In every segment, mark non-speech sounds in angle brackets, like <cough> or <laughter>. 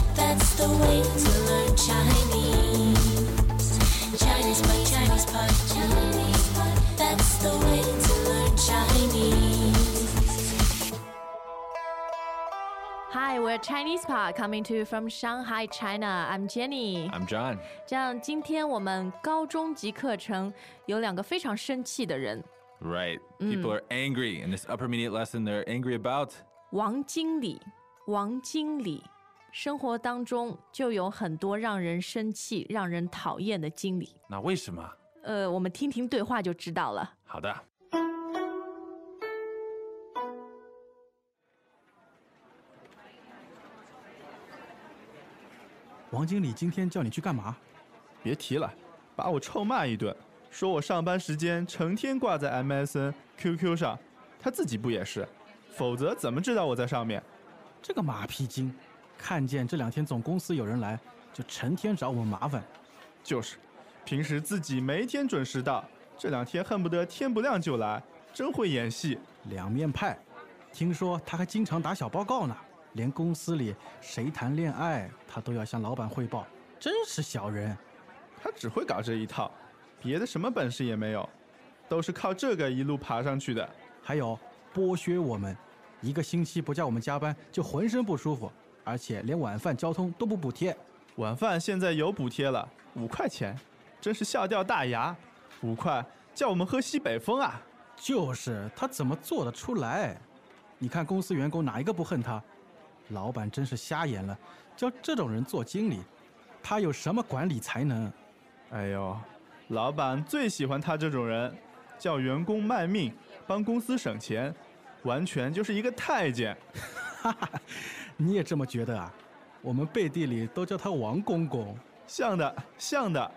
a way to learn Chinese. Chinese pot, Chinese pot, Chinese pot. That's the way to learn Chinese. Hi, we're Chinese Pod coming to you from Shanghai, China. I'm Jenny. I'm John。这样，今天我们高中级课程有两个非常生气的人， Right. People are angry in this upper intermediate lesson. They're angry about 王经理，王经理。生活当中就有很多让人生气、让人讨厌的经理。那为什么？呃，我们听听对话就知道了。好的，王经理今天叫你去干嘛？别提了，把我臭骂一顿，说我上班时间成天挂在 MSN、QQ 上，他自己不也是？否则怎么知道我在上面？这个马屁精，看见这两天总公司有人来，就成天找我们麻烦。就是，平时自己没天准时到，这两天恨不得天不亮就来，真会演戏。两面派，听说他还经常打小报告呢，连公司里谁谈恋爱，他都要向老板汇报，真是小人。他只会搞这一套，别的什么本事也没有，都是靠这个一路爬上去的。还有剥削我们，一个星期不叫我们加班就浑身不舒服，而且连晚饭交通都不补贴。晚饭现在有补贴了，五块钱，真是笑掉大牙。五块叫我们喝西北风啊！就是他怎么做得出来？你看公司员工哪一个不恨他？老板真是瞎眼了，叫这种人做经理，他有什么管理才能？ <laughs> 哎呦，老板最喜欢他这种人，叫员工卖命，帮公司省钱，完全就是一个太监。你也这么觉得啊？我们背地里都叫他王公公。像的，像的。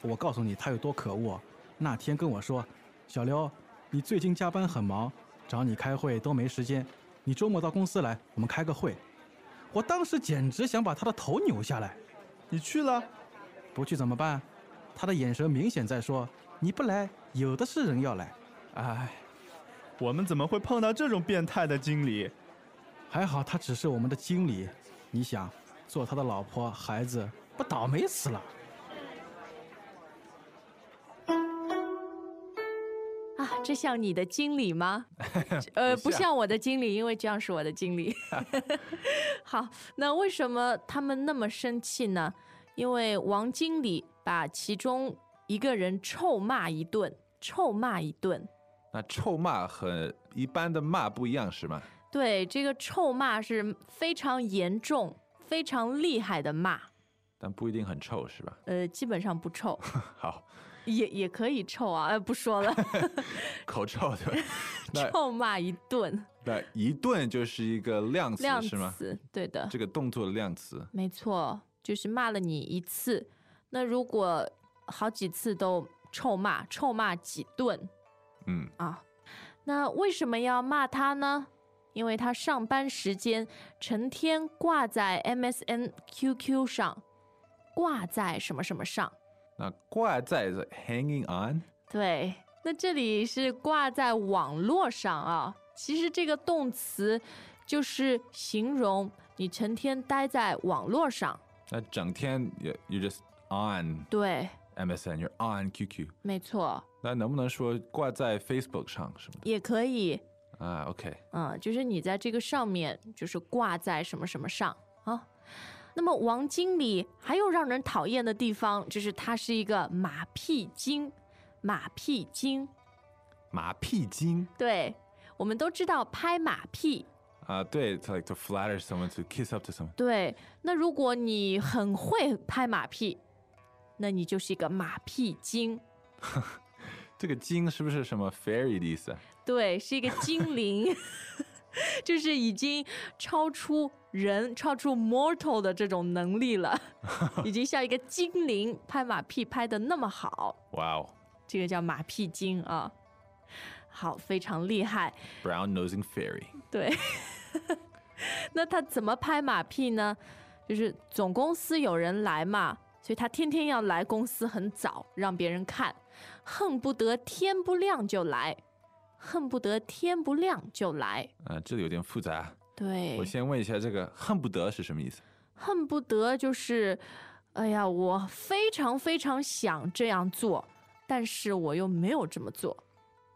我告诉你他有多可恶。那天跟我说，小刘，你最近加班很忙，找你开会都没时间，你周末到公司来，我们开个会。我当时简直想把他的头扭下来。你去了？不去怎么办？他的眼神明显在说：“你不来，有的是人要来。哎，我们怎么会碰到这种变态的经理？”还好他只是我们的经理，你想，做他的老婆孩子，不倒霉死了？啊，这像你的经理 <laughs> 吗？呃，不像我的经理，因为这样是我的经 <laughs> 理。 <laughs> 好，那为什么他们那么生气呢？因为王经理把其中一个人臭骂一顿，臭骂一顿。那臭骂和一般的骂不一样是吗？对，这个臭骂是非常严重、非常厉害的骂，但不一定很臭是吧？呃，基本上不臭， <laughs> 好，也也可以臭啊，呃，不说了，口臭对 <laughs> 吧？ <laughs> 那臭骂一顿，那一顿就是一个量词量是吗？词，对的，这个动作的量词。没错，就是骂了你一次，那如果好几次都臭骂，臭骂几顿嗯，啊，那为什么要骂他呢？因为他上班时间成天挂在 MSN、QQ 上，挂在什么什么上。那挂在是 hanging on，对，那这里是挂在网络上啊。其实这个动词就是形容你成天待在网络上。那整天 you you just on 对， MSN，you're on QQ。没错，那能不能说挂在 Facebook 上什么也可以，的啊？OK，嗯，就是你在这个上面，就是挂在什么什么上啊。那么王经理还有让人讨厌的地方，就是他是一个马屁精，马屁精。马屁精对，我们都知道拍马屁，啊，对，to like to flatter someone，to kiss up to someone。对，那如果你很会拍马屁，那你就是一个马屁精，这个精是不是什么 fairy 的意思啊？对，是一个精灵， <laughs> 就是已经超出人、超出 mortal 的这种能力了，已经像一个精灵拍马屁拍的那么好，哇哦这个叫马屁精啊，好，非常厉害。 ，brown nosing fairy，对， <laughs> 那他怎么拍马屁呢？就是总公司有人来嘛，所以他天天要来公司很早，让别人看，恨不得天不亮就来，恨不得天不亮就来。啊、这里有点复杂。对我，先问一下，这个恨不得是什么意思？恨不得就是，哎呀，我非常非常想这样做，但是我又没有这么做。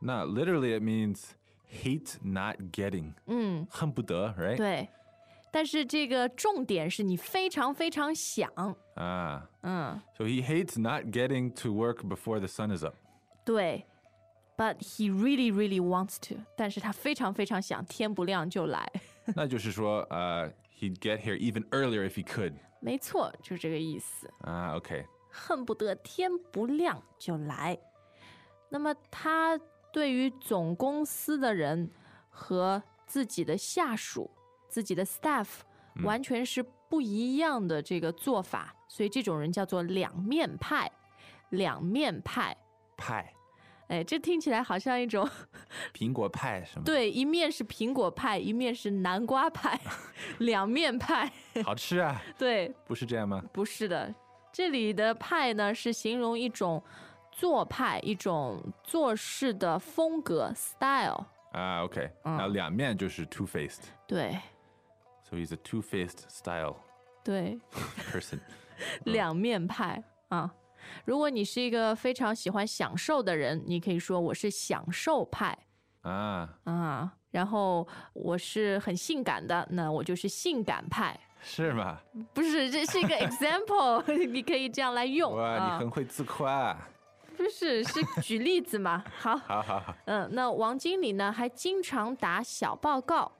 No, literally it means hate not getting. 嗯，恨不得, right? 对，但是这个重点是你非常非常想， Ah. 嗯， So he hates not getting to work before the sun is <laughs> up. 对。But he really, really wants to，但是他非常非常想，天不亮就来。那就是说, uh, he'd get here even earlier if he could. 没错，就这个意思， Ah, okay. 恨不得天不亮就来。那么他对于总公司的人和自己的下属、自己的 staff 完全是不一样的这个做法，所以这种人叫做两面派。两面派，派,哎，这听起来好像一种苹果派什么的。对，一面是苹果派，一面是南瓜派， <laughs> 两面派。好吃啊，对，不是这样吗？不是的，这里的派呢是形容一种做派，一种做事的风格 style。 Ah, okay. 嗯。 Now 两面就是 two-faced. 对 So he's a two-faced style 对， <laughs> person. 嗯两面派啊。如果你是一个非常喜欢享受的人，你可以说我是享受派 ah, 啊。然后我是很性感的，那我就是性感派。是吗？不是，这是一个 <laughs> example，你可以这样来用哇，啊你。很会自夸、啊。不是，是举例子嘛。好，好好好，嗯，那王经理呢，还经常打小报告，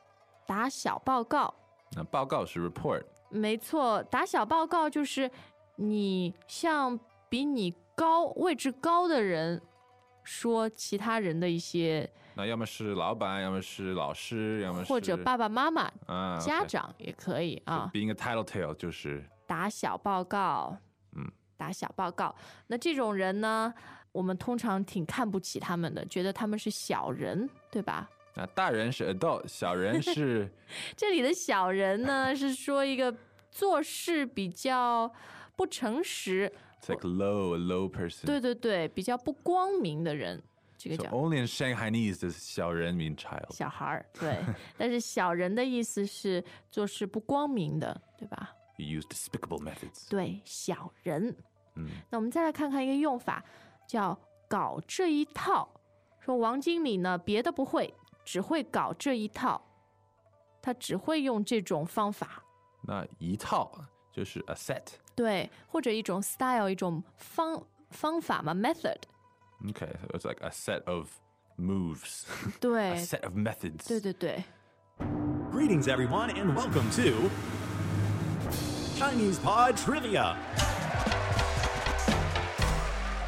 打小报告，那报告是 report，没错，打小报告就是你向比你高位置高的人说其他人的一些，那要么是老板，要么是老师，要么是或者爸爸妈妈、啊家长也可以啊。 ，being a title tale 就是打小报告，嗯，打小报告。那这种人呢，我们通常挺看不起他们的，觉得他们是小人，对吧？啊，大人是 adult，小人 <laughs> 是这里的小人呢，是说一个做事比较不诚实， it's like low a low person。对对对，比较不光明的人，这个 So 叫 only in Shanghainese does 小人 mean child。小孩儿。对，但是小人的意思是做事不光明的，对吧？ You use despicable methods。对，小人。嗯，那我们再来看看一个用法，叫搞这一套。说王经理呢，别的不会，只会搞这一套，他只会用这种方法，那一套就是 a set。对，或者一种 style，一种方方法嘛，method。 Okay, so it's like a set of moves, a 对， set of methods。啊对对对， Greetings, everyone, and welcome to Chinese Pod Trivia.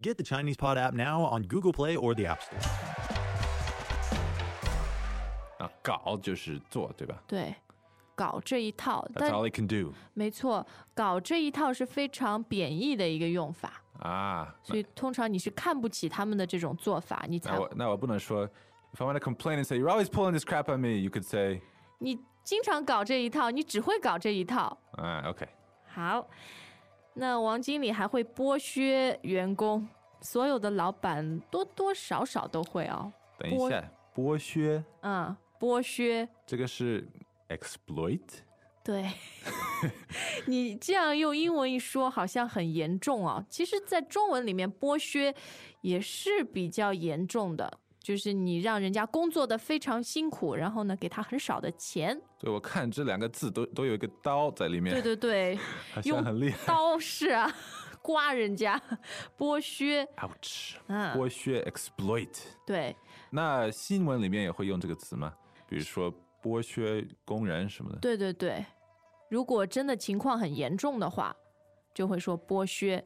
Get the Chinese Pod app now on Google Play or the App Store. 啊，搞就是做，对吧对，搞这一套， ？That's 但 all it can do。没错，搞这一套是非常贬义的一个用法，啊，所以通常你是看不起他们的这种做法，你才哎那我那我不能说，if I want to complain and say you're always pulling this crap on me, you could say, 你经常搞这一套，你只会搞这一套。啊，OK，好，那王经理还会剥削员工，所有的老板多多少少都会哦，等一下，剥削嗯，剥削。这个是 exploit，对，你这样用英文一说，好像很严重哦。其实，在中文里面，剥削也是比较严重的，就是你让人家工作的非常辛苦，然后呢，给他很少的钱。对我看这两个字都都有一个刀在里面，对对对，好像用很厉害。刀是啊， <laughs> 刮人家，剥削。 Ouch，嗯剥削 exploit，对，那新闻里面也会用这个词吗？比如说剥削工人什么的。对对对，如果真的情况很严重的话，就会说剥削。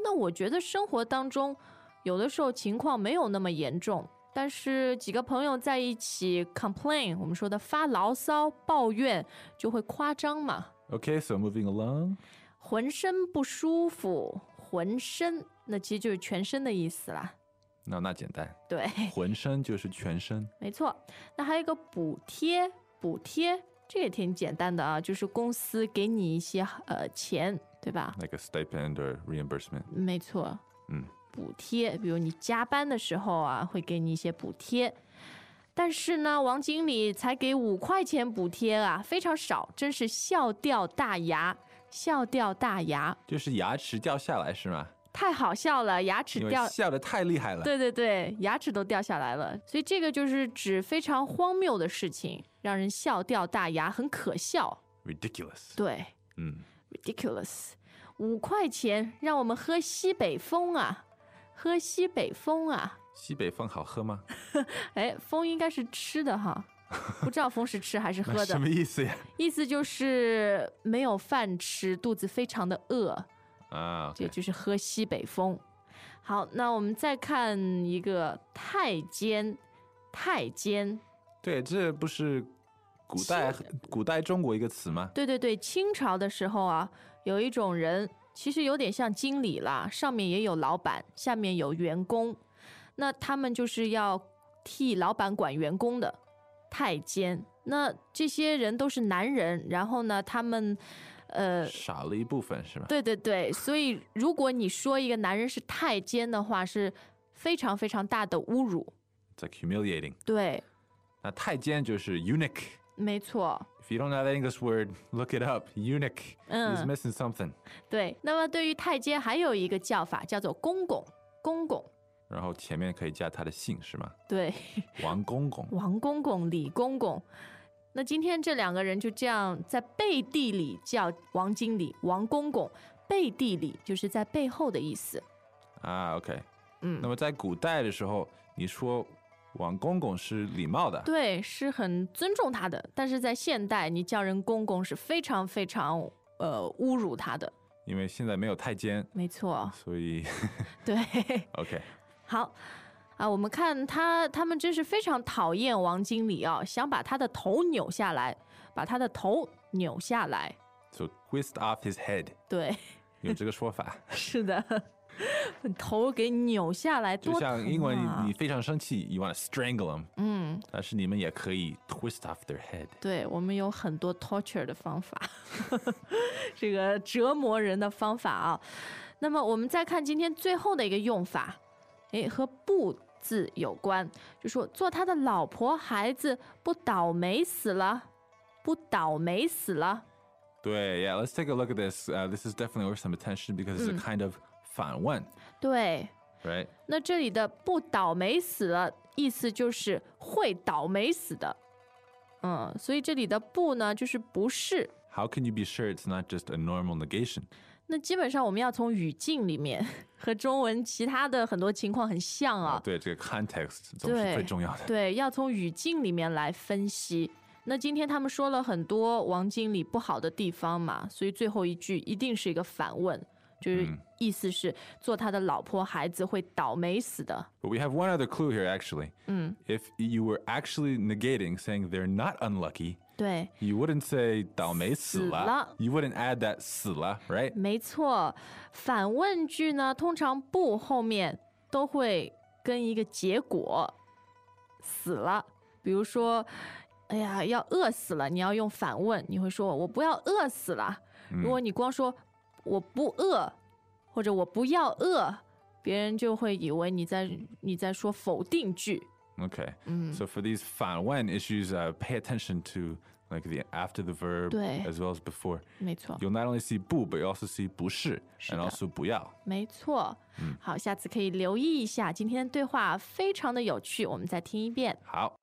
那我觉得生活当中，有的时候情况没有那么严重，但是几个朋友在一起 complain，我们说的发牢骚、抱怨，就会夸张嘛。 Okay, so moving along，浑身不舒服，浑身那其实就是全身的意思啦。那那简单，对， <laughs> 浑身就是全身，没错。那还有一个补贴，补贴这也挺简单的啊，就是公司给你一些呃钱，对吧？ like a stipend or reimbursement。没错，嗯，补贴，比如你加班的时候啊，会给你一些补贴。但是呢，王经理才给五块钱补贴啊，非常少，真是笑掉大牙，笑掉大牙，就是牙齿掉下来是吗？太好笑了，牙齿因为掉，笑的太厉害了。对对对，牙齿都掉下来了。所以这个就是指非常荒谬的事情，让人笑掉大牙，很可笑。 ，ridiculous。对，嗯， ridiculous，五块钱让我们喝西北风啊，喝西北风啊！西北风好喝吗？哎，风应该是吃的哈，不知道风是吃还是喝 <laughs> 那什的么，意思呀？意思就是没有饭吃，肚子非常的饿，啊这，OK，就是喝西北风。好，那我们再看一个太监，太监，对，这不是古代古代中国一个词吗？对对对，清朝的时候啊，有一种人，其实有点像经理啦，上面也有老板，下面有员工，那他们就是要替老板管员工的太监。那这些人都是男人，然后呢，他们，呃，少了一部分是吧？对对对，所以如果你说一个男人是太监的话，是非常非常大的侮辱。 It's like humiliating。对，那太监就是 eunuch。没错。 If you don't know that English word, look it up. Eunuch is 嗯 missing something。对，那么对于太监还有一个叫法叫做公公，公公。然后前面可以加他的姓是吗？对，王公公。王公公、李公公。那今天这两个人就这样在背地里叫王经理、王公公，背地里就是在背后的意思。啊，OK。嗯那么在古代的时候，你说王公公是礼貌的，对，是很尊重他的，但是在现代，你叫人公公是非常非常呃侮辱他的。因为现在没有太监， <laughs> 没错， <laughs> 所以对， OK。好。啊，我们看他，他们真是非常讨厌王经理啊，想把他的头扭下来，把他的头扭下来。 So twist off his head，对，有这个说法， <laughs> 是的，头给扭下来， <laughs> 就多像英文疼啊你你非常生气，you want to strangle him，嗯，但是你们也可以 twist off their head。对我们有很多 torture 的方法， <laughs> 这个折磨人的方法啊。那么我们再看今天最后的一个用法，诶，和“不”字有关，就说做他的老婆孩子不倒霉死了，不倒霉死了。对，Yeah，let's take a look at this. Uh, this is definitely worth some attention because it's a 嗯 kind of 反问对， ，right？那这里的“不倒霉死了”意思就是会倒霉死的，嗯，所以这里的“不”呢就是不是。 How can you be sure it's not just a normal negation? 那基本上我们要从语境里面和中文其他的很多情况很像啊，对，这个 context 总是对最重要的。对，要从语境里面来分析。那今天他们说了很多王经理不好的地方嘛，所以最后一句一定是一个反问，就是嗯意思是做他的老婆孩子会倒霉死的。 But we have one other clue here, actually. 嗯， If you were actually negating, saying they're not unlucky, 对， you wouldn't say 倒霉死了. "死了." You wouldn't add that 死了, right? 没错，反问句呢，通常不后面都会跟一个结果，死了。比如说，哎呀，要饿死了，你要用反问，你会说我不要饿死了。如果你光说我不饿，或者我不要饿，别人就会以为你在你在说否定句。嗯 Okay. Mm. So for these 反问 issues, uh, pay attention to like the after the verb 对。 as well as before. 没错， You'll not only see 不, but you also see 不是 and 是的。 also 不要.没错。好，下次可以留意一下，今天的对话非常的有趣，我们再听一遍。好，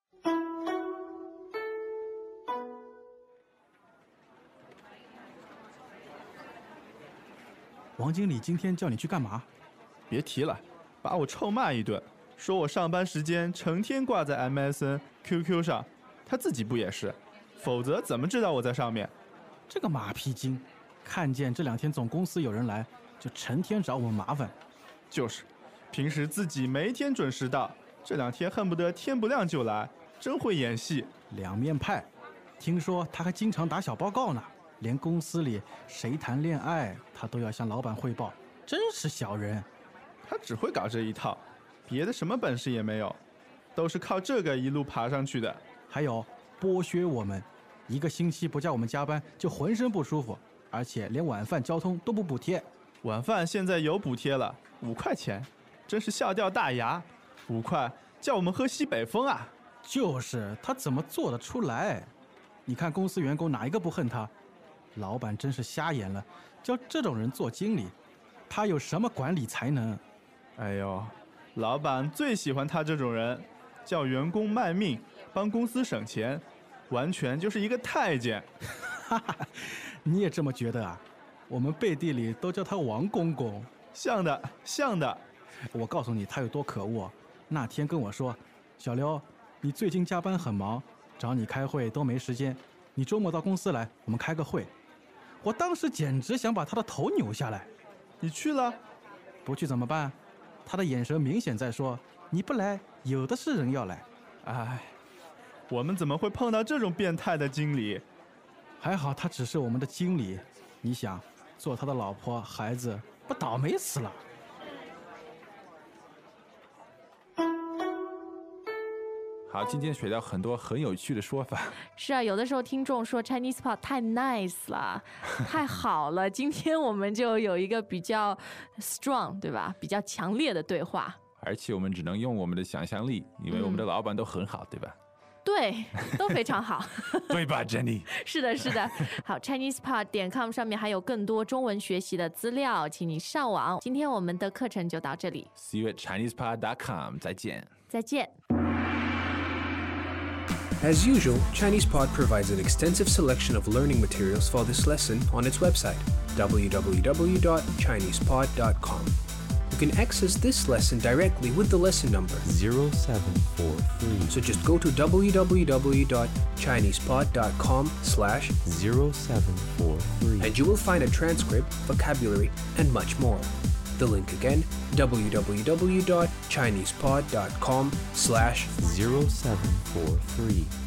王经理今天叫你去干嘛？别提了，把我臭骂一顿，说我上班时间成天挂在 MSN、QQ 上，他自己不也是？否则怎么知道我在上面？这个马屁精，看见这两天总公司有人来，就成天找我们麻烦。就是，平时自己没天准时到，这两天恨不得天不亮就来，真会演戏。两面派，听说他还经常打小报告呢。连公司里谁谈恋爱，他都要向老板汇报，真是小人。他只会搞这一套，别的什么本事也没有，都是靠这个一路爬上去的。还有剥削我们，一个星期不叫我们加班就浑身不舒服，而且连晚饭、交通都不补贴。晚饭现在有补贴了，五块钱，真是笑掉大牙。五块叫我们喝西北风啊！就是他怎么做得出来？你看公司员工哪一个不恨他？老板真是瞎眼了，叫这种人做经理，他有什么管理才能？哎呦，老板最喜欢他这种人，叫员工卖命，帮公司省钱，完全就是一个太监。你也这么觉得啊？我们背地里都叫他王公公。像的，像的。我告诉你他有多可恶啊。那天跟我说，小刘，你最近加班很忙，找你开会都没时间，你周末到公司来，我们开个会。我当时简直想把他的头扭下来，你去了，不去怎么办？他的眼神明显在说，你不来，有的是人要来。哎，我们怎么会碰到这种变态的经理？还好他只是我们的经理，你想，做他的老婆孩子，不倒霉死了？好，今天学到很多很有趣的说法，是啊，有的时候听众说 Chinese Pop 太 nice 了，太好了。今天我们就有一个比较 strong，对吧？比较强烈的对话。而且我们只能用我们的想象力，因为我们的老板都很好，对吧？对，都非常好。 <laughs> 对吧，Jenny？是的，是的。好，ChinesePod 点 com 上面还有更多中文学习的资料，请你上网。今天我们的课程就到这里， See you at ChinesePod.com，再见。再见。 As usual, ChinesePod provides an extensive selection of learning materials for this lesson on its website, www.chinesepod.com. You can access this lesson directly with the lesson number 0743 So just go to www.chinesepod.com slash 0743 and you will find a transcript, vocabulary, and much more. The link again, www.chinesepod.com slash 0743